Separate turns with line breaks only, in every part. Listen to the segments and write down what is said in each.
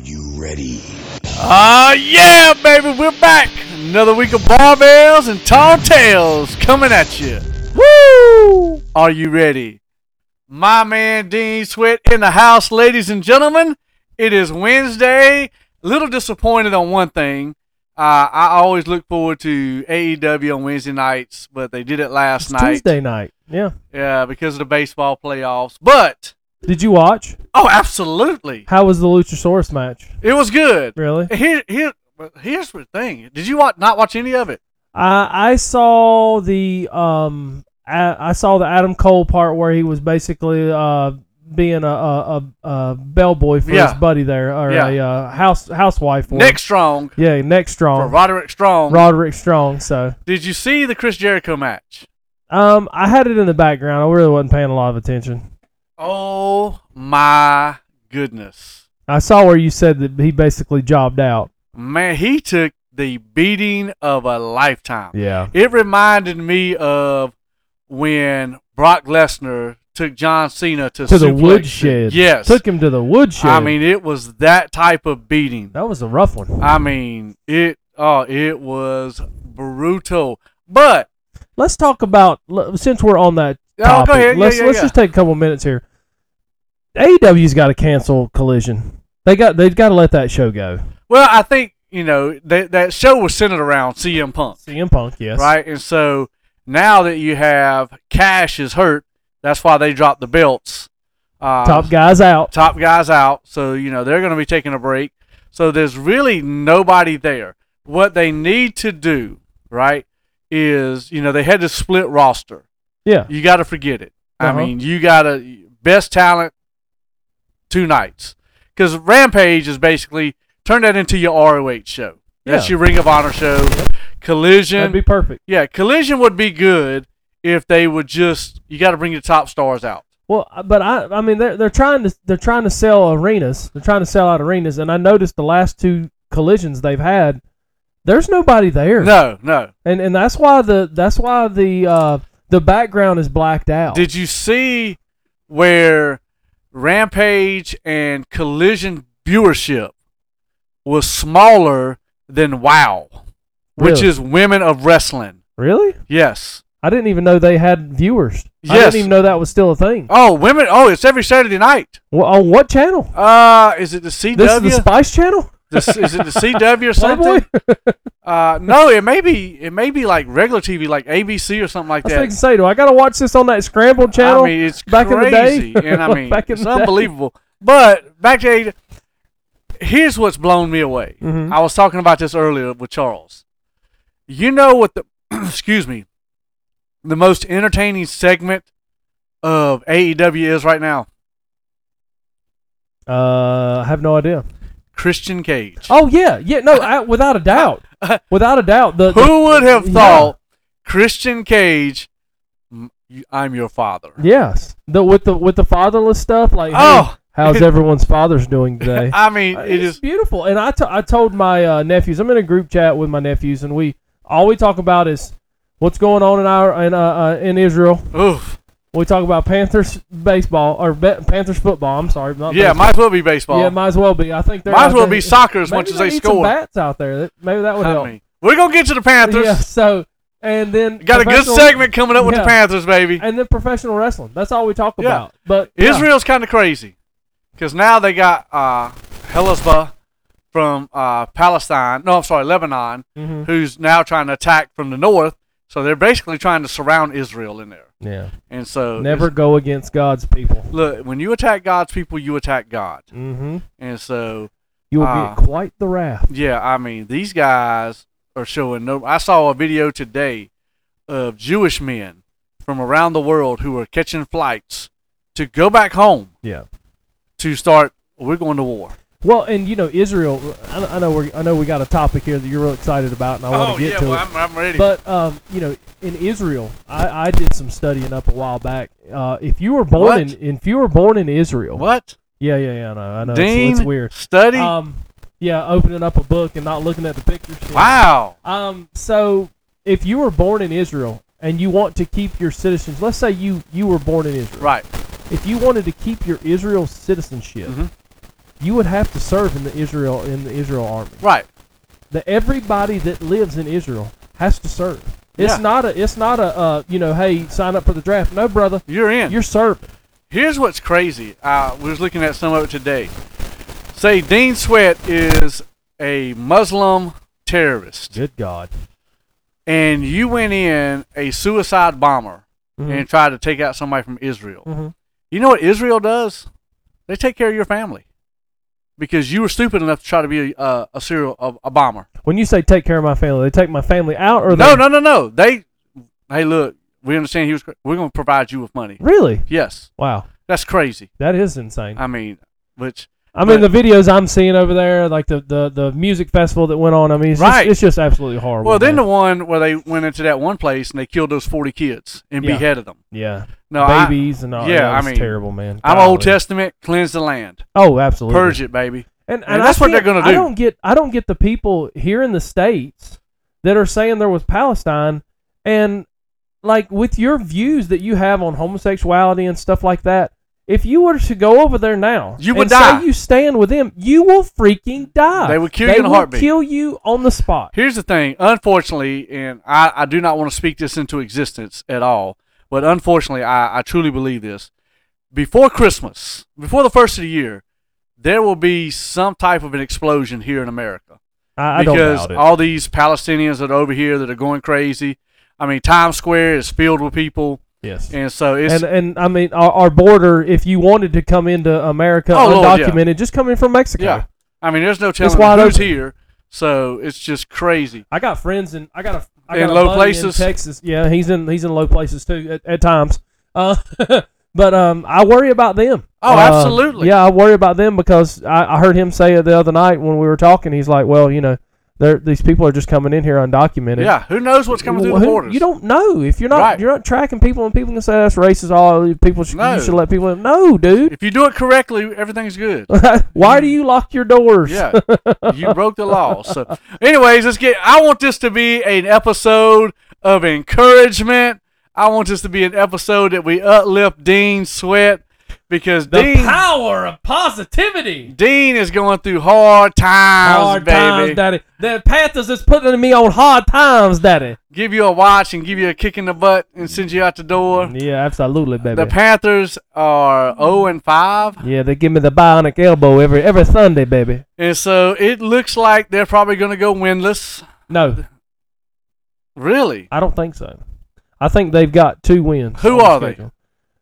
you ready?
Ah, yeah, baby, we're back. Another week of barbells and tall tales coming at you. Woo! Are you ready? My man Dean Sweat in the house, ladies and gentlemen. It is Wednesday. A little disappointed on one thing. Uh, I always look forward to AEW on Wednesday nights, but they did it last
It's
night.
Tuesday night. Yeah.
Yeah, because of the baseball playoffs. But
Did you watch?
oh, absolutely,
How was the Luchasaurus match?
it was good.
Really?
Here, here, but here's the thing. Did you watch, not watch any of it?
I I saw the um I, I saw the Adam Cole part where he was basically uh being a a, a, a bellboy for
Yeah.
his buddy there or
Yeah.
a uh, house housewife. For him.
Nick Strong
Yeah, next
for
strong.
Roderick Strong.
Roderick Strong. So.
Did you see the Chris Jericho match?
Um, I had it in the background. I really wasn't paying a lot of attention.
Oh my goodness,
I saw where you said that he basically jobbed out.
man! He took the beating of a lifetime.
Yeah.
It reminded me of when Brock Lesnar took John Cena to,
To the
suplex him.
woodshed.
Yes,
Took him to the woodshed.
I mean it was that type of beating.
that was a rough one.
I mean, it oh, it was brutal. But
Let's talk about l- since we're on that
Oh, go
topic.
ahead. Yeah,
Let's
yeah,
let's
yeah.
just take a couple minutes here. AEW's got to cancel Collision. They got they've got to let that show go.
well, I think you know that that show was centered around CM Punk,
CM Punk, yes,
right? And so now that you have Cash is hurt, that's why they dropped the belts. Uh,
Top guys out.
top guys out, so you know they're going to be taking a break. So there's really nobody there. What they need to do, right, is you know they had to split roster.
Yeah,
you got to forget it.
Uh-huh.
I mean, you got to best talent two nights because Rampage is basically turn that into your ROH show. That's
Yeah.
your Ring of Honor show. Collision,
that'd be perfect.
yeah, Collision would be good if they would just you got to bring your top stars out.
Well, I- but I I mean they're they're trying to they're trying to sell arenas. They're trying to sell out arenas, and I noticed the last two collisions they've had. There's nobody there,
No, no.
and and that's why the that's why the uh, the background is blacked out.
Did you see where Rampage and Collision viewership was smaller than WOW, which
Really?
is Women of Wrestling?
really?
Yes.
I didn't even know they had viewers. I
Yes.
didn't even know that was still a thing.
Oh, women! Oh, it's every Saturday night.
Well, on what channel?
Uh, is it the CW?
This is the Oh, Spice Channel?
The- is it the CW or something?
Playboy?
Uh, no, it may be. It may be like regular TV, like ABC or something like
I was
that.
thinking, say, do I got to watch this on that scrambled channel?
I mean, it's
back in the day?
crazy, and I mean,
Back in
it's
the day.
unbelievable. But back to here's what's blown me away.
Mhm.
I was talking about this earlier with Charles. You know what the excuse me, the most entertaining segment of AEW is right now?
uh, I have no idea.
Christian Cage.
Oh yeah, yeah, no, I, without a doubt, without a douut. The, the-
Who would have
Yeah.
thought Christian Cage? m- you- I'm your father.
yes, the with the with the fatherless stuff. Like, hey,
Oh!
how's everyone's fathers doing today?
I mean,
Uh,
it
it's
is.
beautiful. And I, t- I told my uh, nephews, I'm in a group chat with my nephews, and we all we talk about is what's going on in our in, uh, uh, in Israel.
Oof.
We talk about Panthers baseball or be- Panthers football. I'm sorry, not
Yeah,
baseball.
might as well be baseball.
yeah, might as well be. I think they're
might as
I
well
think-
be soccer as
maybe
much as they
need some
score.
bats out there. That- Maybe that would
I
help.
mean, we're gonna get to the Panthers.
Yeah. So and then
Got a good
professional-
segment coming up with the
Yeah.
Panthers, baby.
and then professional wrestling. That's all we talk
Yeah.
about. But yeah.
Israel's kind of crazy because now they got uh, Helizba from uh, Palestine. No, I'm sorry, Lebanon,
Mhm.
who's now trying to attack from the north. So they're basically trying to surround Israel in there.
yeah,
And so it's-
never go against God's people.
look, when you attack God's people, you attack God.
Mm-hmm.
And so,
You will
Ah.
get quite the wrath.
yeah, I mean, these guys are showing no. I saw a video today of Jewish men from around the world who are catching flights to go back home
Yeah.
to start. We're going to war.
Well, and you know Israel. I, I know we I know we got a topic here that you're real excited about, and I want to get to it.
Oh, I'm, I'm ready.
But um, you know, in Israel, I, I did some studying up a while back. Uh, if you were
What?
born in if you were born in Israel,
what?
Yeah, yeah, yeah. I know. I know. It's-
Dean,
it's, weird.
study.
Um, yeah, opening up a book and not looking at the pictures.
wow.
Um, so if you were born in Israel and you want to keep your citizens, let's say you you were born in Israel.
Right.
If you wanted to keep your Israel citizenship,
Mhm.
you would have to serve in the Israel in the Israel army.
Right.
That everybody that lives in Israel has to serve. It's
Yeah.
not a it's not a uh, you know hey sign up for the draft. No brother,
You're in.
you're serving.
Here's what's crazy. Uh, we was looking at some of it today. Say Dean Sweat is a Muslim terrorist,
Good God.
and you went in a suicide bomber
Mhm.
and tried to take out somebody from Israel.
Mhm.
You know what Israel does? They take care of your family because you were stupid enough to try to be a, a, a serial a, a bomber.
When you say take care of my family, they take my family out or
No,
they,
no, no, no. They, hey, look, we understand he was. cra- We're going to provide you with money.
Really?
Yes,
Wow,
that's crazy.
that is insane.
I mean, which
I mean, the
But-
videos I'm seeing over there, like the, the, the music festival that went on. I mean, it's,
Right.
just, it's just absolutely horrible.
Well, then the
man.
one where they went into that one place and they killed those forty kids and
Yeah.
beheaded them.
yeah,
No,
babies and all.
yeah,
Yeah,
I
it's
mean,
terrible, man.
I, I'm Old
Golly.
Testament. Cleanse the land.
Oh, absolutely.
Purge it, baby.
And,
And
I
that's what they're
can't-
gonna
I
do.
don't get. I don't get the people here in the states that are saying there was Palestine, and like with your views that you have on homosexuality and stuff like that. If you were to go over there now,
You would
and say
die.
you stand with them, you will freaking die.
They would kill you in a
will
heartbeat.
Kill you on the spot.
Here's the thing. Unfortunately, and I, I do not want to speak this into existence at all, but unfortunately, I, I truly believe this. Before Christmas, before the first of the year, there will be some type of an explosion here in America.
I, I don't
because
doubt it.
all these Palestinians that are over here that are going crazy. I mean, Times Square is filled with people,
yes.
and so it's
And and I mean our, our border. If you wanted to come into America
Oh, Lord, yeah.
undocumented, just come in from Mexico.
yeah. I mean, there's no telling
wide
who's
open.
here, so it's just crazy.
I got friends in I got a I
In
got a
low
buddy
places?
in Texas. Yeah, he's in he's in low places too at, at times. Uh, but um, I worry about them.
Oh,
Uh,
absolutely.
Yeah, I worry about them because I, I heard him say it the other night when we were talking. He's like, well, you know, they're, these people are just coming in here undocumented.
Yeah, who knows what's coming through
Well,
the
who-
borders?
You don't know if you're not
Right.
you're not tracking people, and people can say that's racist. All people should,
No.
you should let people. in." No, dude.
if you do it correctly, everything's good.
Why do you lock your doors?
Yeah, you broke the law. So, anyways, let's get. I want this to be an episode of encouragement. I want this to be an episode that we uplift Dean Sweat because
The
Dean
power of positivity.
Dean is going through hard times,
hard
baby.
times, daddy. The Panthers is putting me on hard times, daddy.
give you a watch and give you a kick in the butt and send you out the door.
Yeah, absolutely, baby.
The Panthers are 0 and 5,
yeah, they give me the bionic elbow every every Sunday, baby.
and so it looks like they're probably going to go winless.
No,
Really?
I don't think so. I think they've got two wins.
Who
on the
are they?
schedule.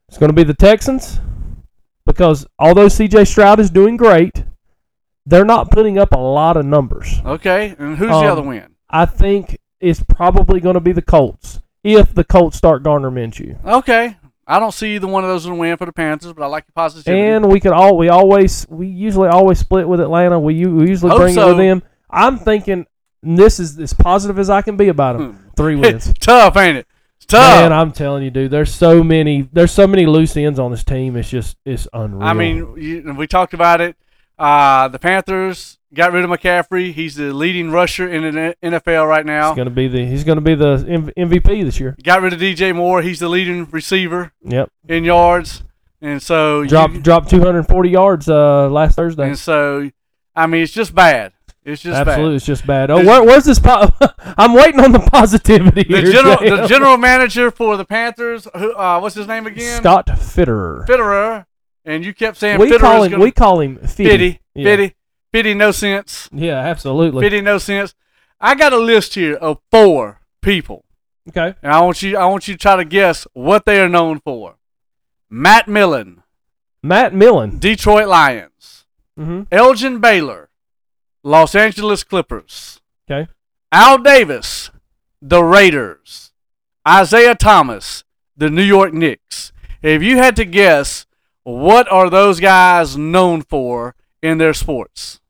It's going to be the Texans because although C.J. Stroud is doing great, they're not putting up a lot of numbers.
Okay. And who's
Um,
the other win?
I think it's probably going to be the Colts if the Colts start Garner Minshew.
Okay. I don't see either one of those in a win for the Panthers, but I like your positivity.
And we could all we always we usually always split with Atlanta. We, u- we usually
Hope
bring it
so.
with them. I'm thinking this is as positive as I can be about them. Three wins.
Hmm. it's tough, ain't it? It's tough.
Man, I'm telling you, dude. There's so many. There's so many loose ends on this team. It's just it's unreal.
I mean, you, we talked about it. Uh, the Panthers got rid of McCaffrey. He's the leading rusher in the NFL right now.
he's gonna be the he's gonna be the M- MVP this year.
Got rid of DJ Moore. He's the leading receiver
Yep.
in yards, and so you-
Dropped dropped 240 yards uh last Thursday.
and so, I mean, it's just bad. It's just
Absolutely, it's just bad. Oh,
There's-
where, where's this? Po- I'm waiting on the positivity.
bad. The
here,
general,
Dale.
the general manager for the Panthers, who, uh, what's his name again?
Scott Fitterer.
Fitterer, and you kept saying
we
Fitterer's
call him
gonna
we call him Fitty.
Fitty,
Yeah.
Fitty, Fitty, no sense.
Yeah, absolutely.
Fitty, no sense. I got a list here of four people,
Okay.
and I want you, I want you to try to guess what they are known for. Matt Millen,
Matt Millen.
Detroit Lions.
Mm-hmm.
Elgin Baylor, Los Angeles Clippers.
Okay.
Al Davis, the Raiders. Isaiah Thomas, the New York Knicks. If you had to guess, what are those guys known for in their sports?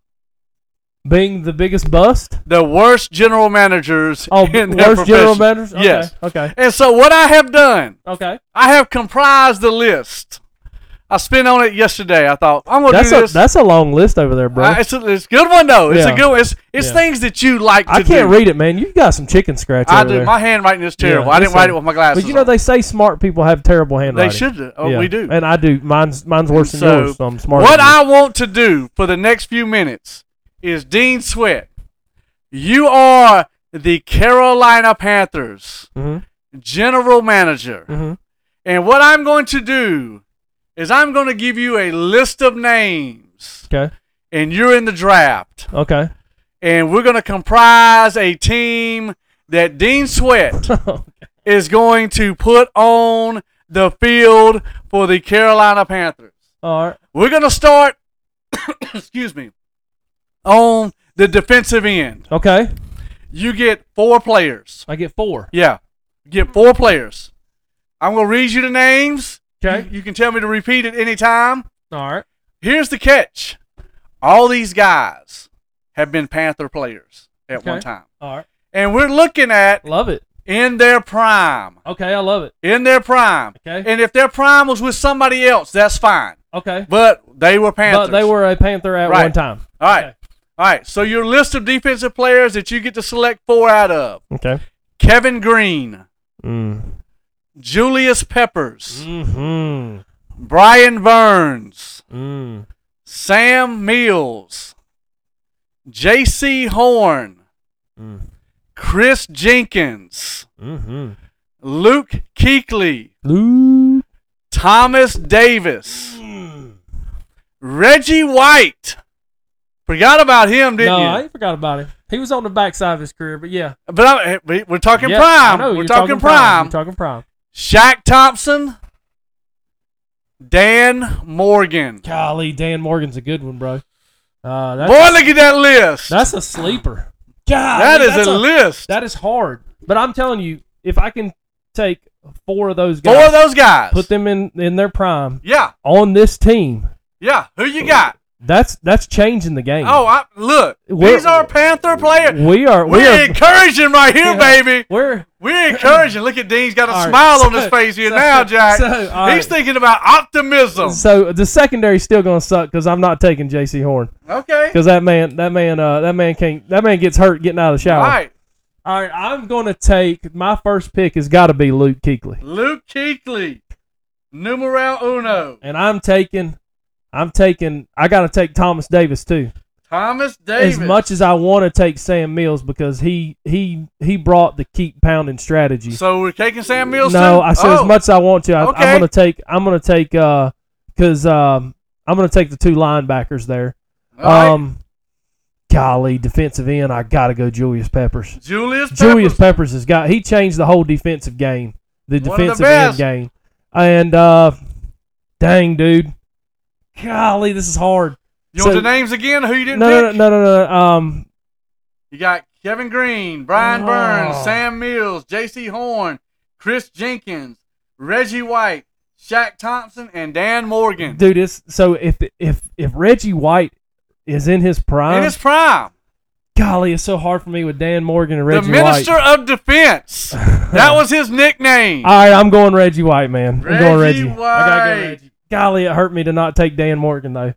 Being the biggest bust.
The worst general managers
Oh,
in their
worst general
profession.
managers. Okay.
Yes.
Okay.
And so what I have done,
Okay.
I have comprised the list I spent on it yesterday. I thought I'm gonna
That's
do
a
this.
that's a long list over there, bro.
Uh, it's, a, it's a good one though. It's
Yeah.
a good. One. It's it's
Yeah.
things that you like. To
I can't
do.
read it, man. You got some chicken scratch
I
over
do.
there.
My handwriting is terrible.
Yeah,
I didn't write
listen.
it with my glasses.
but you know
on.
they say smart people have terrible handwriting.
They should. Oh, we do.
and I do. Mine's mine's worse than
So,
yours. So I'm smarter.
What
than you.
I want to do for the next few minutes is Dean Sweat. You are the Carolina Panthers
Mhm,
general manager.
mhm.
And what I'm going to do is I'm going to give you a list of names,
Okay.
and you're in the draft.
Okay.
And we're going to comprise a team that Dean Sweat is going to put on the field for the Carolina Panthers.
All right.
We're going to start, excuse me, on the defensive end.
Okay.
You get four players.
I get four.
Yeah.
Hmm.
Get four players. I'm going to read you the names.
Okay.
You, you can tell me to repeat it anytime.
All right.
Here's the catch all these guys have been Panther players at one
Okay.
time.
All right.
And we're looking at
Love it.
in their prime.
Okay. I love it.
In their prime.
Okay.
And if their prime was with somebody else, that's fine.
Okay.
But they were Panthers.
But they were a Panther at
Right.
one time.
All right.
Okay.
All right. So your list of defensive players that you get to select four out of
Okay.
Kevin Green,
Mm.
Julius Peppers,
Hmm.
Brian Burns,
Mm.
Sam Mills, J.C. Horn,
Mm.
Chris Jenkins,
Hmm.
Luke Keekley,
Lou.
Thomas Davis, Reggie White. Forgot about him, didn't
no,
you?
I ain't forgot about him. He was on the backside of his career, but yeah.
But I, we- we're talking
Yeah, I
prime.
know,
We're
you're
talking,
You're talking prime.
Shaq Thompson, Dan Morgan.
Golly, Dan Morgan's a good one, bro. Uh, that's,
Boy, look at that list.
that's a sleeper. God,
That is
that's
a, list.
That is hard. But I'm telling you, if I can take four of those guys,
Four of those guys.
put them in, in their prime
yeah,
on this team,
yeah. Who you got?
that's that's changing the game.
Oh, I, look.
We're-
These are Panther players.
we are we
We're
are
encouraging right here,
Yeah.
baby.
we're
We're encouraging. Look at Dean's got a
All right,
smile on
so-
his face here
so-
now, Jack.
so, all
He's
right.
thinking about optimism.
so the secondary's still gonna suck because I'm not taking J.C. Horn
Okay.
because that man that man uh that man can't that man gets hurt getting out of the
All
shower.
right.
All right, I'm gonna take my first pick has got to be Luke Kuechly,
Luke Keekley, numero uno.
and I'm taking, I'm taking, I gotta take Thomas Davis too.
Thomas Davis.
As much as I want to take Sam Mills because he he he brought the keep pounding strategy.
So we're taking Sam Mills.
no,
too?
I said
Oh.
as much as I want to. I,
Okay.
I'm gonna take, I'm gonna take, uh, cause um, I'm gonna take the two linebackers there.
All right.
Um, golly, defensive end, I gotta go Julius Peppers.
Julius.
Julius
Peppers.
Peppers has got he changed the whole defensive game, the
One of the
defensive end
best.
game, and uh, dang dude, golly, this is hard.
You want
So-
the names again? Who you
No,
didn't pick?
no, no, no, no, no. Um,
You got Kevin Green, Brian
Oh.
Burns, Sam Mills, J.C. Horn, Chris Jenkins, Reggie White, Shaq Thompson, and Dan Morgan.
dude, it's so if if if Reggie White is in his prime,
in his prime,
golly, it's so hard for me with Dan Morgan and
the
Reggie
Minister
White.
of Defense. that was his nickname.
All right, I'm going Reggie White, man. I'm going
Reggie
Reggie. I gotta
White.
go Reggie. Golly, it hurt me to not take Dan Morgan though.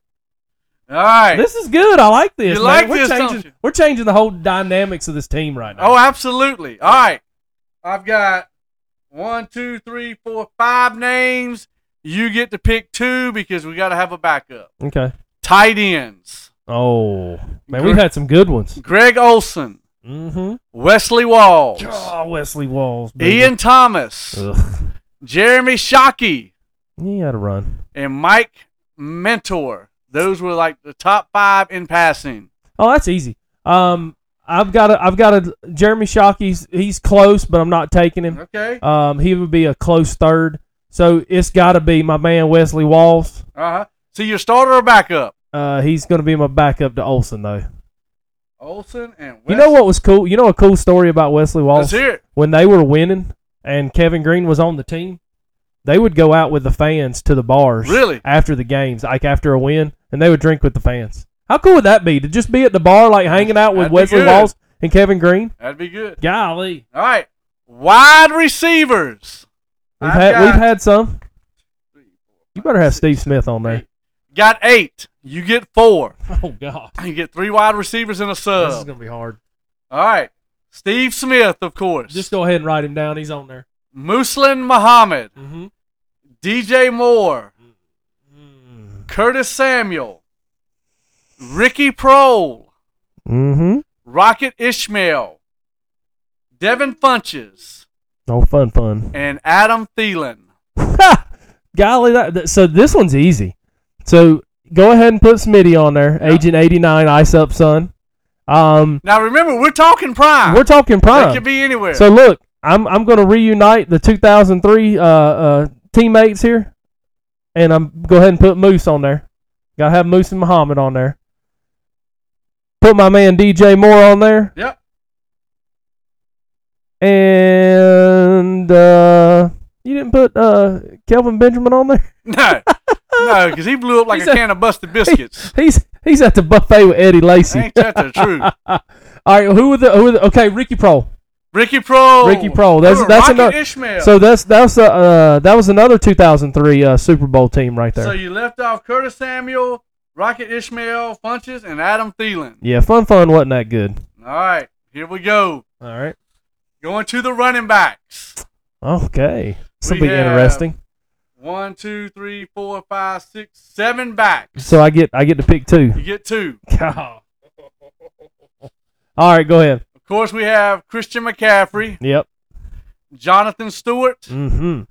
All right.
This is good. I like this.
You
man.
like
we're
this, don't
changing,
you?
We're changing the whole dynamics of this team right now.
oh, absolutely. All right. I've got one, two, three, four, five names. You get to pick two because we got to have a backup.
okay.
Tight ends.
Oh man,
Gr-
we've had some good ones.
Greg Olson,
Mm-hmm.
Wesley Walls,
Oh, Wesley Walls. baby.
Ian Thomas,
Ugh.
Jeremy Shockey,
He had a run.
and Mike Mentor. Those were like the top five in passing.
Oh, that's easy. Um, I've got a, I've got a Jeremy Shockey's. He's close, but I'm not taking him.
Okay.
Um, he would be a close third. So it's got to be my man Wesley Walls.
Uh huh. So your starter or backup?
Uh, he's going to be my backup to Olsen though.
Olson and West.
You know what was cool? You know a cool story about Wesley
Let's
Walls
hear it.
when they were winning and Kevin Green was on the team. They would go out with the fans to the bars.
Really?
after the games, like after a win, and they would drink with the fans. How cool would that be to just be at the bar, like hanging out with
That'd be
Wesley
good.
Walls and Kevin Green?
That'd be good.
Golly,
All right. Wide receivers.
we've
I've
had
got
we've had some.
three, four,
You better have Steve Smith on there.
Got eight. You get four.
Oh God,
You get three wide receivers and a
this is
sub.
gonna be hard.
All right. Steve Smith, of course.
Just go ahead and write him down. He's on there.
Muslin Muhammad,
Mm-hmm.
DJ Moore, Curtis Samuel, Ricky Prohl,
Mm-hmm.
Rocket Ishmael, Devin Funches,
Oh, fun, fun.
and Adam Thielen.
Golly, that, that- so this one's easy. So go ahead and put Smitty on there,
Yeah.
Agent 89, Ice Up Son. Um,
Now remember, we're talking prime.
we're talking
They
prime.
could Ah, be anywhere.
So look, I'm I'm going to reunite the 2003 uh, uh, teammates here, and I'm go ahead and put Moose on there. Got to have Moose and Muhammad on there. Put my man DJ Moore on there,
yep.
and uh, you didn't put uh, Kelvin Benjamin on there.
No. no, because he blew up like
He
a
said-
can of busted biscuits.
He's he's at the buffet with Eddie Lacy.
Ain't that the truth?
All right, who are the who are the, okay? Ricky Pro.
Ricky Pro.
Ricky Prohl. That's-
Ooh,
that's
Rocket
another-
Ishmael.
So that's that's uh, uh that was another 2003 uh, Super Bowl team right there.
So you left off Curtis Samuel, Rocket Ishmael, Funches, and Adam Thielen.
yeah, fun fun wasn't that good.
All right, here we go.
All right.
Going to the running backs.
Okay. This will
We
be
have-
interesting.
One, two, three, four, five, six, seven backs.
So I get I get to pick two.
You get two.
All right, go ahead.
Of course, we have Christian McCaffrey,
Yep.
Jonathan Stewart,
Mm-hmm.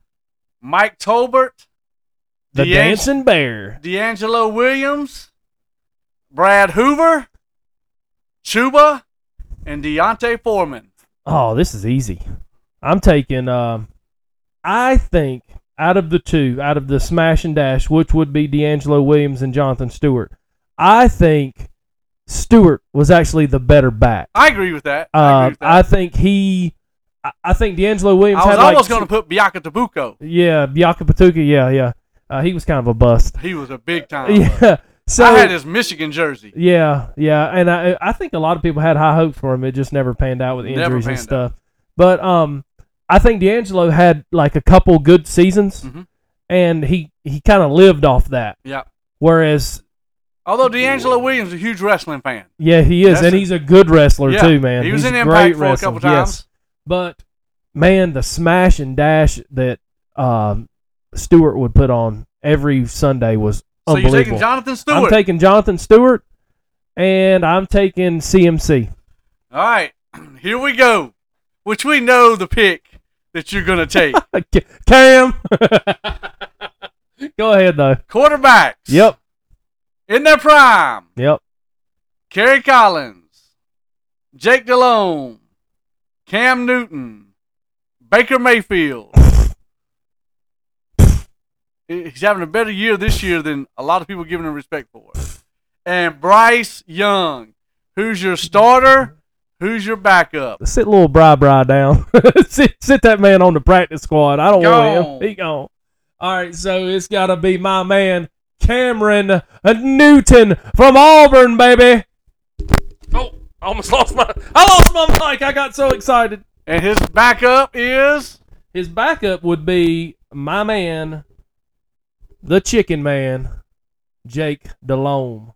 Mike Tolbert,
The
Deang-
Dancing Bear.
D'Angelo Williams, Brad Hoover, Chuba, and Deontay Foreman.
Oh, this is easy. I'm taking. Um, I think out of the two, out of the smash and dash, which would be D'Angelo Williams and Jonathan Stewart, I think Stewart was actually the better back.
I agree with that. I, agree
Um,
with that.
I think he. I- I think D'Angelo Williams
I was
had like
almost
two-
going to put Biaka Tabuco.
Yeah, Bianca Patuka. Yeah, yeah. Uh, he was kind of a bust.
He was a big time.
Yeah. So
Uh, I had his Michigan jersey.
yeah, yeah, and I I think a lot of people had high hopes for him. It just never panned out with
Never
injuries and
panned
stuff. But um, I think D'Angelo had like a couple good seasons,
Mhm.
and he he kind of lived off that.
Yeah.
Whereas
Although D'Angelo Williams is a huge wrestling fan.
yeah, he is,
That's
and
a-
he's a good wrestler
Yeah,
too, man.
he was
he's
in
a
Impact
great
for a
wrestler,
couple times.
Yes. But man, the smash and dash that um Stewart would put on every Sunday was
So you're
unbelievable.
taking Jonathan Stewart.
I'm taking Jonathan Stewart, and I'm taking CMC.
All right, here we go. Which we know the pick that you're going to take.
Ca- Uh, Cam, go ahead though.
Quarterbacks.
Yep,
In their prime.
yep.
Kerry Collins. Jake Delhomme. Cam Newton. Baker Mayfield. He's having a better year this year than a lot of people giving him respect for. And Bryce Young. Who's your starter? Who's your backup?
Sit little Bri Bri down. sit, sit that man on the practice squad. I don't want
Gone.
him. He gone. All right, so it's got to be my man Cameron Newton from Auburn, baby. Oh, I almost lost my. I lost my mic. I got so excited.
And his backup is.
His backup would be my man, the Chicken Man, Jake Delhomme.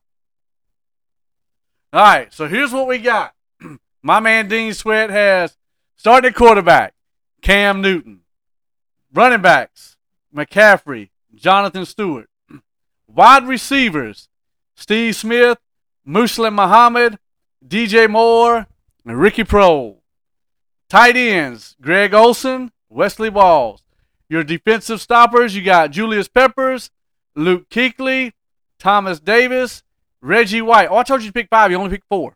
All right, so here's what we got. My man Dean Sweat has starting quarterback, Cam Newton. Running backs, McCaffrey, Jonathan Stewart. Wide receivers, Steve Smith, Muslim Muhammad, DJ Moore, and Ricky Prohl. Tight ends, Greg Olson, Wesley Walls. Your defensive stoppers, you got Julius Peppers, Luke Keekley, Thomas Davis, Reggie White. Oh, I told you to pick five. You only picked four.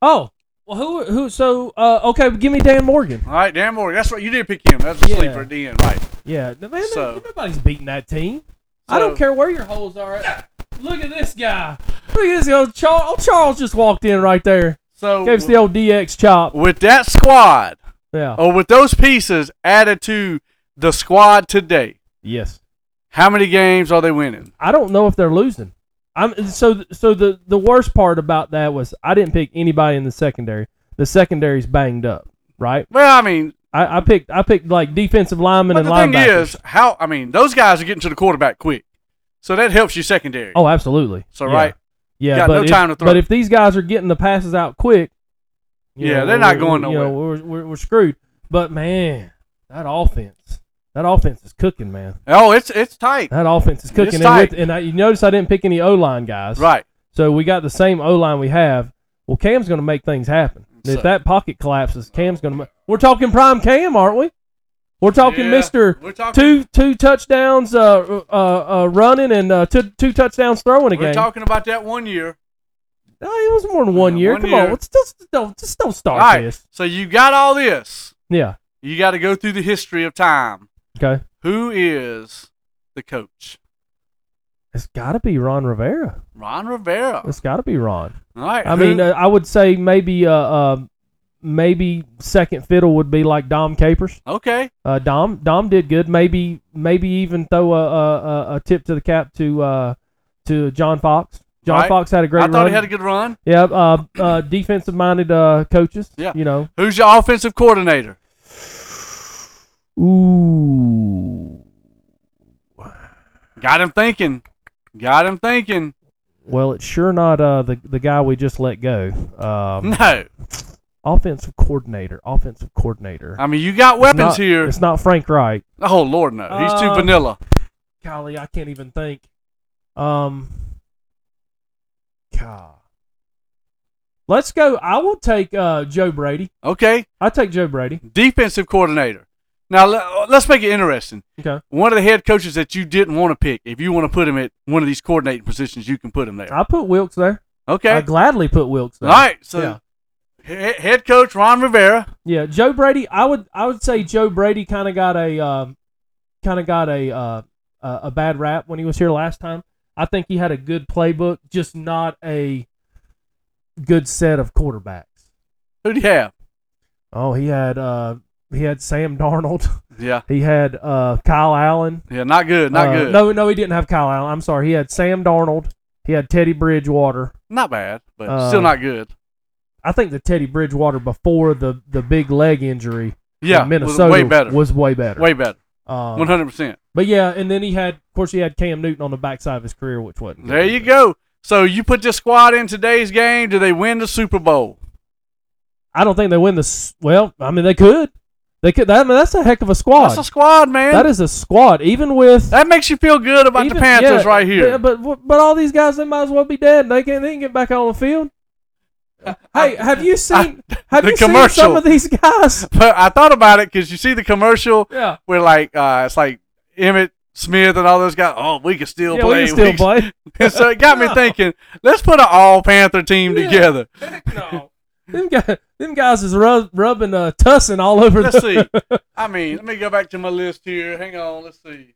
Oh, well, who? Who? So, uh, okay, give me Dan Morgan.
All right, Dan Morgan. That's right. You did pick him. That's a
Yeah.
sleeper at the end, right?
Yeah, the man,
So-
nobody's beating that team. I don't
So-
care where your holes are. At. Look at this guy. Look at this guy. Charles, oh, Charles just walked in right there.
So
Gave us the Oh. old DX chop.
with that squad,
Yeah.
or with those pieces added to the squad today,
Yes.
how many games are they winning?
I don't know if they're losing. I'm so so the the worst part about that was I didn't pick anybody in the secondary. The secondary's banged up, right?
Well, I mean,
I, I picked I picked like defensive linemen
But
and
the thing
linebackers.
is, how I mean, those guys are getting to the quarterback quick, so that helps your secondary.
oh, absolutely.
so
Yeah.
right,
Yeah,
Got
but
no
if,
time to throw.
but if these guys are getting the passes out quick, you
Yeah, they're not
we're-
going
you know, we're, we're, we're screwed. But man, that offense, that offense is cooking, man.
oh, it's it's tight.
That offense is cooking. and
tight.
with, and I, you notice I didn't pick any O line guys,
Right,
So we got the same O line we have. Well, Cam's going to make things happen. And
So-
if that pocket collapses, Cam's going to. Ma- we're talking prime Cam, aren't we? We're talking
Yeah,
Mister
we're talking-
two two touchdowns uh, uh, uh, running and uh, two two touchdowns throwing a
we're
game.
talking about that one year.
No, it was more than one
Yeah,
year.
one
Come
year.
on, let's just don't just don't
All
start
right,
this.
so you got all this.
Yeah.
You got to go through the history of time.
Okay.
Who is the coach?
It's got to be Ron Rivera.
Ron Rivera.
It's got to be Ron.
All right.
I
who-
mean, uh, I would say maybe uh, uh, maybe second fiddle would be like Dom Capers.
okay.
Uh, Dom Dom did good. Maybe maybe even throw a a, a, a tip to the cap to uh, to John Fox. John
Right.
Fox had a
I
great
thought
run.
he had a good run.
yeah, uh, uh, defensive minded uh, coaches.
Yeah.
you know.
Who's your offensive coordinator?
Ooh.
Got him thinking. Got him thinking.
Well, it's sure not uh, the the guy we just let go. Um,
No.
offensive coordinator. Offensive coordinator.
I mean, you got
It's
weapons
not-
here.
It's not Frank Reich.
Oh, Lord, no. He's too
Uh,
vanilla.
Golly, I can't even think. Um, God. Let's go. I will take uh, Joe Brady.
Okay.
I take Joe Brady. Defensive
Defensive coordinator. Now, le- uh, let's make it interesting.
Okay.
One of the head coaches that you didn't want to pick, if you want to put him at one of these coordinating positions, you can put him there.
I put Wilkes there. I
Okay.
gladly put Wilkes
All
there.
right. So,
yeah.
he- head coach Ron Rivera.
yeah, Joe Brady. I would I would say Joe Brady kind of got a um, kind of got a uh, a a bad rap when he was here last time. I think he had a good playbook, just not a good set of quarterbacks.
Who do you have?
Oh, he had uh, he had Sam Darnold.
Yeah.
He had uh, Kyle Allen.
Yeah, not good. Not
Uh,
good.
No, no, he didn't have Kyle Allen. I'm sorry. He had Sam Darnold. He had Teddy Bridgewater.
Not bad, but
Uh,
still not good.
I think the Teddy Bridgewater before the, the big leg injury
Yeah, was
in Minnesota
way better.
was way better.
way better.
Um,
One hundred percent.
but yeah, and then he had, of course, he had Cam Newton on the backside of his career, which wasn't.
There you go. So you put this squad in today's game. Do they win the Super Bowl?
I don't think they win this. Well, I mean, they could. They could. I mean, that's a heck of a squad.
That's a squad, man.
That is a squad, even with
That makes you feel good about the
even-
Panthers
yeah,
right here.
yeah, but but all these guys, they might as well be dead. They can they can get back on the field. Hey, have you seen have
Uh, the
you
commercial.
seen some of these guys?
But I thought about it because you see the commercial
Yeah,
where like uh, it's like Emmett Smith and all those guys. Oh, we can still
yeah,
play.
we can still play.
play. so it got me
No.
thinking. Let's put an all Panther team
Yeah.
together.
no. Them guys, them guys is rub, rubbing uh, tussing all over
Let's
the
see. I mean, let me go back to my list here. Hang on. Let's see.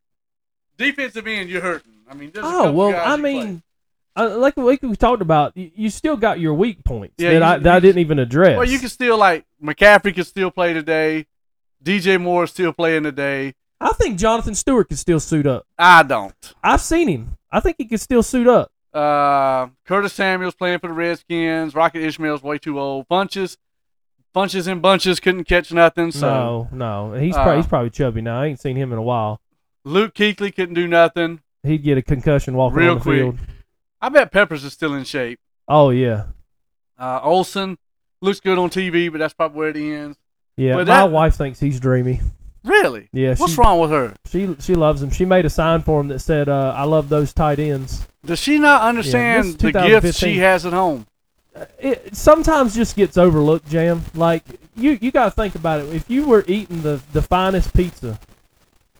Defensive end, you're hurting. I mean, there's a
Oh
couple
well,
guys
I
you play.
mean, uh, like like we talked about, you, you still got your weak points
Yeah,
that
you-
I that I
you-
didn't even address.
Well, you can still like McCaffrey can still play today. DJ Moore is still playing today.
I think Jonathan Stewart can still suit up.
I don't.
I've seen him. I think he can still suit up.
Uh, Curtis Samuel's playing for the Redskins. Rocket Ishmael's way too old. Bunches, bunches and bunches couldn't catch nothing. So
no, no, he's
Uh,
probably he's probably chubby now. I ain't seen him in a while.
Luke Keekley couldn't do nothing.
He'd get a concussion walking
Real
on the
quick.
field.
I bet Peppers is still in shape.
Oh yeah,
Uh, Olson looks good on TV, but that's probably where it ends.
yeah.
But
My
that-
wife thinks he's dreamy.
Really?
Yeah,
What's
she-
wrong with her?
She she loves him. She made a sign for him that said, uh, "I love those tight ends."
Does she not understand the gifts
2015.
she has at home?
it sometimes just gets overlooked, Jam. Like you, you got to think about it. If you were eating the the finest pizza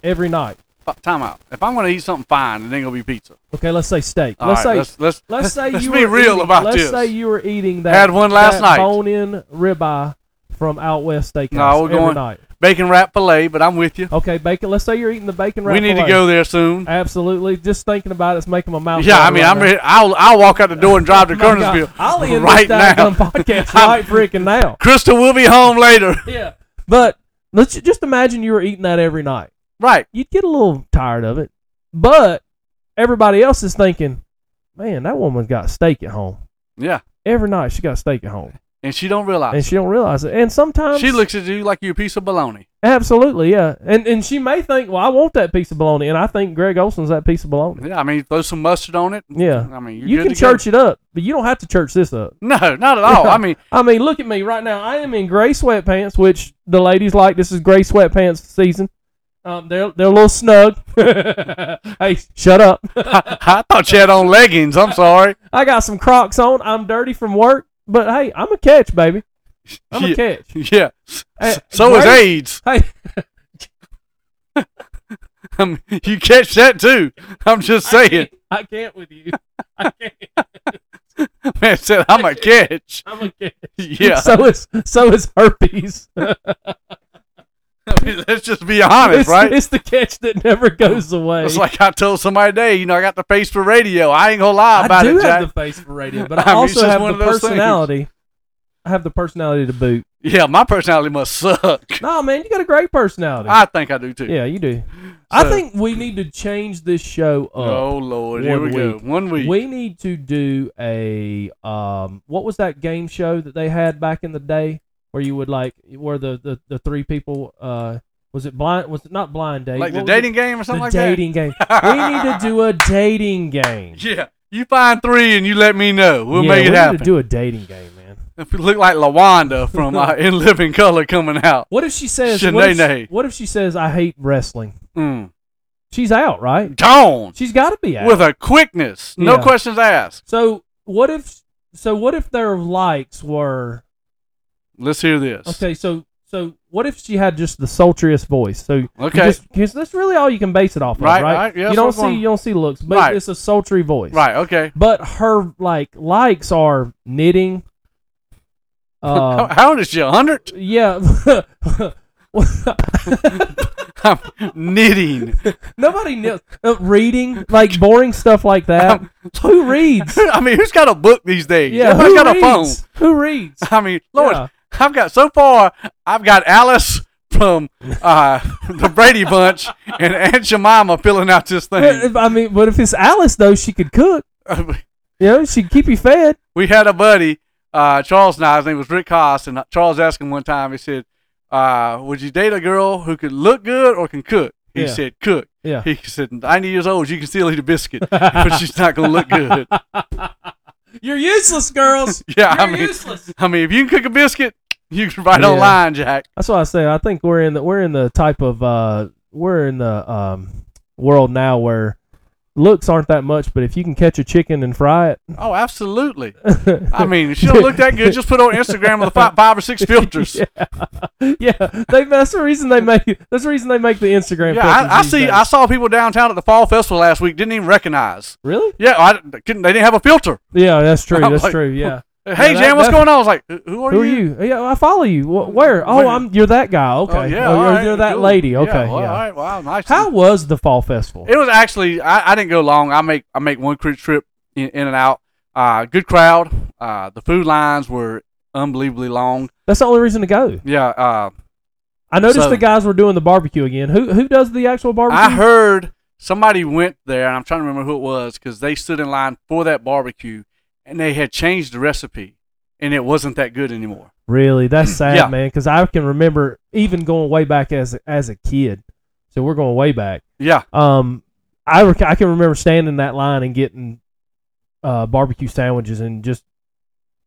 every night,
Uh, Time out. If I'm going to eat something fine, it ain't going to be pizza.
okay, let's say steak.
All
let's
right,
say
let's, let's,
let's say
let's
you
be
were
real
eating-
about
let's
this.
say you were eating that
Had one last night.
bone in ribeye from Outwest Steakhouse
No, we're
every
going-
night.
Bacon wrap fillet, but I'm with you.
Okay, bacon. Let's say you're eating the bacon wrap.
we need to
filet.
go there soon.
Absolutely. Just thinking about it, it's making my mouth.
Yeah,
water
I mean,
right
I'm
now.
ready. I'll, I'll walk out the door and drive to
My God.
Kernersville
I'll end
right
this
now.
down podcast
I'm-
right freaking now.
Crystal will be home later.
Yeah, but let's ju- just imagine you were eating that every night.
Right.
you'd get a little tired of it. But everybody else is thinking, man, that woman's got steak at home.
Yeah.
Every night she got steak at home.
and she don't realize.
and she don't realize it. And sometimes
she looks at you like you're a piece of baloney.
absolutely, yeah. And and she may think, well, I want that piece of bologna, and I think Greg Olson's that piece of bologna.
Yeah, I mean, throw some mustard on it.
Yeah,
I mean, you're
you
good
can
to go.
church it up, but you don't have to church this up.
No, not at all.
Yeah.
I mean,
I mean, look at me right now. I am in gray sweatpants, which the ladies like. This is gray sweatpants season. Um, they're they're a little snug. hey, shut up.
I thought you had on leggings. I'm sorry.
I got some Crocs on. I'm dirty from work, but hey, I'm a catch, baby. I'm
yeah.
a catch.
Yeah.
Uh,
so is
Greg-
AIDS.
Hey,
I mean, you catch that too. I'm just
I
saying.
can't, I can't with you. I can't.
Man said I'm a catch.
I'm a catch.
Yeah.
So is so is herpes.
I mean, let's just be honest,
it's,
right?
It's the catch that never goes away.
It's like I told somebody today, you know, I got the face for radio. I ain't gonna lie
I
about
do
it, Jack.
have the face for radio, but
I
I,
mean, it's
also
just
have
one of
the
those things.
personality. I have the personality to boot.
Yeah, my personality must suck.
No, man, you got a great personality.
I think I do too.
yeah, you do. I
So-
think we need to change this show up.
Oh Lord, here we
One
go.
week.
One week.
we need to do a um. What was that game show that they had back in the day where you would like where the the, the three people uh was it blind was it not blind date
like the
What was it?
dating game or
the
something like
dating game.
that.
We need to do a dating game.
Yeah, you find three and you let me know. We'll
Yeah,
make it
we
happen.
Need to do a dating game, man.
if we look like Lawanda from uh, In Living Color coming out,
What if she says? What if
Shanae-nae.
she, what if she says I hate wrestling?
mm.
She's out, right?
gone
She's got to be out.
with a quickness, no
Yeah.
questions asked.
so what if? So what if their likes were
Let's hear this.
okay? So so what if she had just the sultriest voice? So
Okay.
because that's really all you can base it off
Right,
of, right?
right. Yeah, that's
you
what I'm
don't see
going-
you don't see looks, but
Right.
it's a sultry voice,
Right. Okay.
But her like likes are knitting.
How
Uh,
how old is she? hundred?
yeah.
I'm knitting.
Nobody knows uh, reading like boring stuff like that. Who reads?
I mean, who's got a book these days?
Uh, Yeah,
Everybody's
who
got
reads?
a phone.
Who reads?
I mean, Lord,
Yeah.
I've got so far. I've got Alice from uh, the Brady Bunch and Aunt Jemima filling out this
But
thing. Uh,
if- I mean, but if it's Alice though, she could cook. You know, she'd keep you fed.
we had a buddy, uh, Charles and I, his name was Rick Haas, and Charles asked him one time, he said, uh, would you date a girl who could look good or can cook? He
Yeah.
said, cook.
Yeah.
He said, 90 years old, you can still eat a biscuit, but she's not going to look good.
You're useless, girls.
Yeah, I mean,
useless.
I mean, if you can cook a biscuit, you can write
Yeah.
online, Jack.
That's why I say I think we're in the we're in the type of uh we're in the um world now where looks aren't that much, but if you can catch a chicken and fry it,
Oh, absolutely. I mean, if she don't look that good, just put her on Instagram with five, five or six filters. Yeah,
yeah, yeah. They, that's the reason they make that's the reason they make the Instagram. filters
I, I
these
see.
days.
I saw people downtown at the Fall Festival last week, didn't even recognize.
really?
Yeah, I couldn't, they didn't have a filter.
Yeah, that's true.
I'm
That's
like,
true. Yeah.
Hey,
that-
Jan, what's
that-
going on? I was like, who who are
Who are
you?
you? Yeah, I follow you. Wh- Where?
Where?
Oh, I'm. You're that guy. Okay.
Oh, yeah.
Oh,
all
you're,
right,
you're that
cool.
lady.
Yeah,
Okay. Yeah.
well, All right. Wow. Nice.
How was the fall festival?
It was actually, I, I didn't go long. I make I make one quick trip in, in and out. Uh, good crowd. Uh, the food lines were unbelievably long.
That's the only reason to go.
Yeah. Uh,
I noticed
So-
the guys were doing the barbecue again. Who who does the actual barbecue?
I heard somebody went there, and I'm trying to remember who it was, because they stood in line for that barbecue, and they had changed the recipe, and it wasn't that good anymore.
Really, that's sad,
Yeah.
man. Because I can remember even going way back as as a kid. So we're going way back.
Yeah.
Um, I rec- I can remember standing in that line and getting uh, barbecue sandwiches and just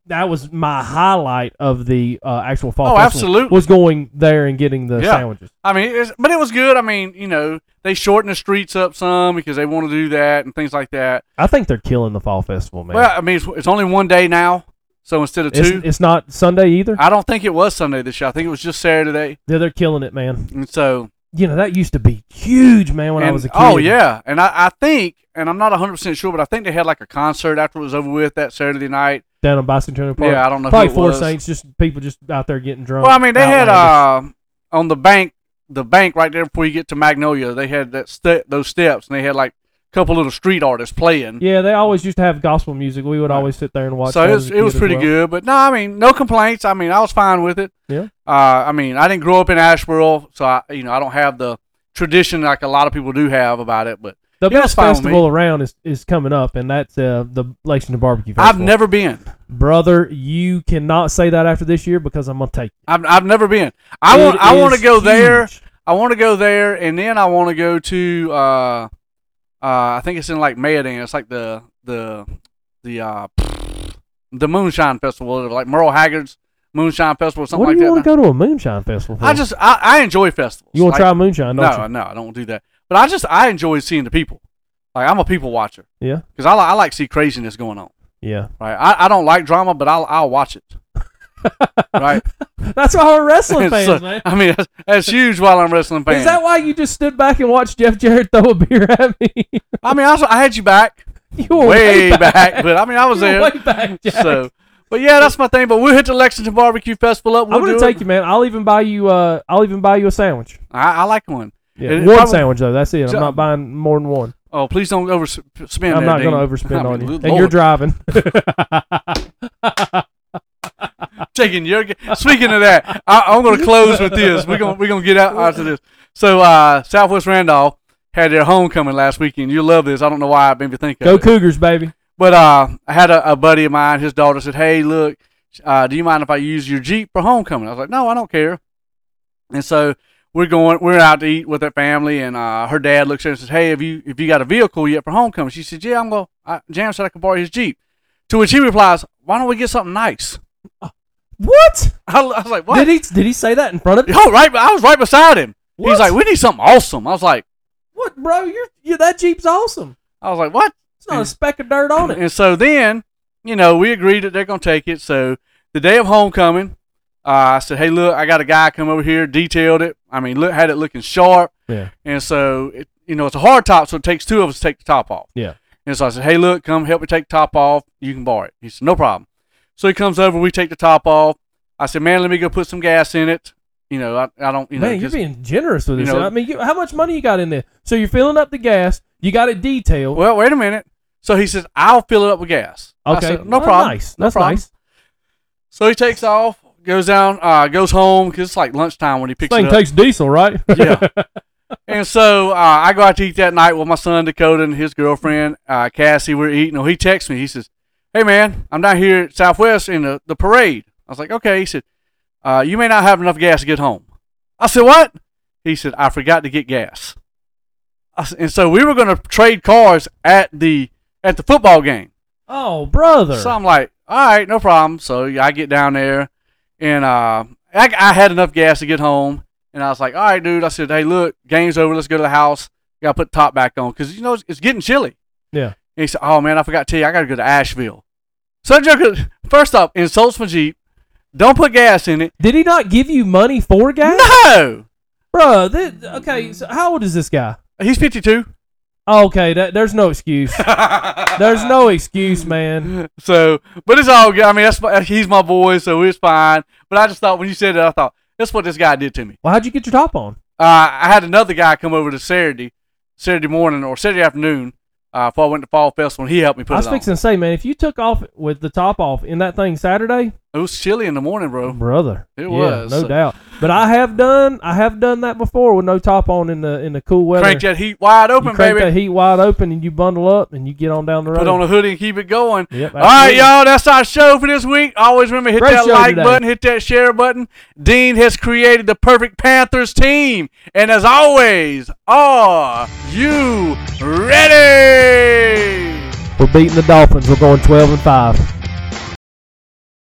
that was my highlight of the uh, actual fall.
Oh,
festival,
absolutely.
Was going there and getting the
Yeah.
sandwiches.
I mean, it's, but it was good. I mean, you know, they shortened the streets up some because they want to do that and things like that.
I think they're killing the fall festival, man.
Well, I mean, it's, it's only one day now, so instead of
it's,
two,
it's not Sunday either.
I don't think it was Sunday this year. I think it was just Saturday.
yeah, they're killing it, man.
And so,
You know that used to be huge, man, when I
and-
was a kid.
oh yeah, and I, I think, and I'm not 100 percent sure, but I think they had like a concert after it was over with that Saturday night.
down on Bicentennial Park.
Yeah, I don't know who
Probably
it
Four
was.
Saints, just people just out there getting drunk.
Well, I mean, they had
outlandish.
uh, on the bank, the bank right there before you get to Magnolia. They had that ste- those steps, and they had like a couple little street artists playing.
yeah, they always used to have gospel music. We would
Right.
always sit there and watch.
so
that
it
as
was
a
it was
kid as
pretty
well.
good. But no, I mean, no complaints. I mean, I was fine with it.
Yeah.
Uh, I mean, I didn't grow up in Asheboro, so I you know I don't have the tradition like a lot of people do have about it. But
The
Yeah, that's
best
fine with
festival
me.
around is, is coming up, and that's uh, the Lexington Barbecue Festival.
I've never been.
brother. You cannot say that after this year because I'm gonna take. You.
I've, I've never been. I want
It
I want to
is
go there.
huge.
I want to go there, and then I want to go to. Uh, uh, I think it's in like Mayadan. It's like the the the uh, the Moonshine Festival, like Merle Haggard's Moonshine Festival, or something
What do
like
you
that.
want to go to a moonshine festival? For?
I just I, I enjoy festivals.
you want
Like,
to try moonshine? Don't
No, no, I don't do that. But I just I enjoy seeing the people. Like I'm a people watcher
you? Yeah,
because I li- I like to see craziness going on.
yeah.
Right. I, I don't like drama, but I'll I'll watch it. right.
That's why we're wrestling
And
fans,
so-
man.
I mean, that's, that's huge while I'm wrestling fan.
Is that why you just stood back and watched Jeff Jarrett throw a beer at me?
I mean, I, was, I had you back
you were
way, back. but I mean, I was
You were
there.
way back, Jack.
So, but yeah, that's my thing. But we'll hit the Lexington Barbecue Festival up. We'll
I'm gonna
do
take
it.
you, man. I'll even buy you. Uh, I'll even buy you a sandwich.
I, I like one.
Yeah,
And it
one
probably-
sandwich though. That's it.
So-
I'm not buying more than one.
Oh, please don't overspend. there,
I'm not gonna
Dean. I
overspend on
mean,
you,
Lord,
and you're driving.
taking your. Speaking of that, I, I'm going to close with this. We're going to we're going to get out after this. So, uh, Southwest Randolph had their homecoming last weekend. You love this. I don't know why I made me think of
Go
it.
Cougars, baby.
But uh, I had a, a buddy of mine. His daughter said, "Hey, look, uh, do you mind if I use your Jeep for homecoming?" I was like, "No, I don't care." And so we're going. We're out to eat with her family, and uh, her dad looks at her and says, "Hey, have you if you got a vehicle yet for homecoming?" She said, "Yeah, I'm going." I, Jam said I could borrow his Jeep. To which he replies, "Why don't we get something nice?"
What?
I, was- I was like, "What?"
Did he did he say that in front of you?
Yo, right. I was right beside him.
What?
He's like, "We need something awesome." I was like,
What, bro? You're, you that Jeep's awesome.
"I was like, what?"
It's not a speck of dirt on it.
And so then, you know, we agreed that they're going to take it. So the day of homecoming, uh, I said, hey, look, I got a guy come over here, detailed it. I mean, look, had it looking sharp.
Yeah,
And so, it, you know, it's a hard top, so it takes two of us to take the top off.
yeah.
And so I said, hey, look, come help me take the top off. You can borrow it. He said, no problem. So he comes over, we take the top off. I said, man, let me go put some gas in it. You know, I, I don't, you know,
Man, you're
just-
being generous with
you
this.
know-
I mean, you, how much money you got in there? So you're filling up the gas. You got it detailed.
well, wait a minute. So he says, I'll fill it up with gas. I
okay,
said, no
Well,
problem.
Nice.
No
That's
problem.
nice.
So he takes off, goes down, uh, goes home because it's like lunchtime when he picks
Thing
it up.
takes diesel, right?
yeah. And so uh, I go out to eat that night with my son Dakota and his girlfriend uh, Cassie. We're eating. Oh, he texts me. He says, "Hey man, I'm down here at Southwest in the, the parade." I was like, "Okay." He said, uh, "You may not have enough gas to get home." I said, "What?" He said, "I forgot to get gas." I s- and so we were going to trade cars at the at the football game.
oh, brother.
So I'm like, all right, no problem. So I get down there, and uh, I, I had enough gas to get home, and I was like, all right, dude. I said, hey, look, game's over. Let's go to the house. Got to put the top back on because you know it's, it's getting chilly.
yeah.
And he said, oh man, I forgot to tell you, I got to go to Asheville. So that joker, first off, insults my Jeep. Don't put gas in it.
Did he not give you money for gas,
No,
bro? That, okay. So how old is this guy?
he's 52.
Okay, that, there's no excuse. there's no excuse, man.
So, but it's all good. I mean, that's my, he's my boy, so it's fine. But I just thought when you said that, I thought that's what this guy did to me.
Well, how'd you get your top on?
Uh, I had another guy come over to Saturday, Saturday morning or Saturday afternoon, uh, before I went to Fall Festival, and he helped me put
I
it
was
on.
fixing to say, man, if you took off with the top off in that thing Saturday,
It was chilly in the morning, bro.
brother,
It
yeah,
was.
no doubt. But I have done, I have done that before with no top on in the in the cool weather.
Crank that heat wide
you
open,
crank
baby.
that heat wide open, and you bundle up, and you get on down the road.
Put on a hoodie and keep it going.
Yep,
All right,
absolutely.
y'all. That's our show for this week. Always remember hit
Great
that
show
like
today.
button, hit that share button. Dean has created the perfect Panthers team, and as always, are you ready?
We're beating the Dolphins. We're going twelve and five.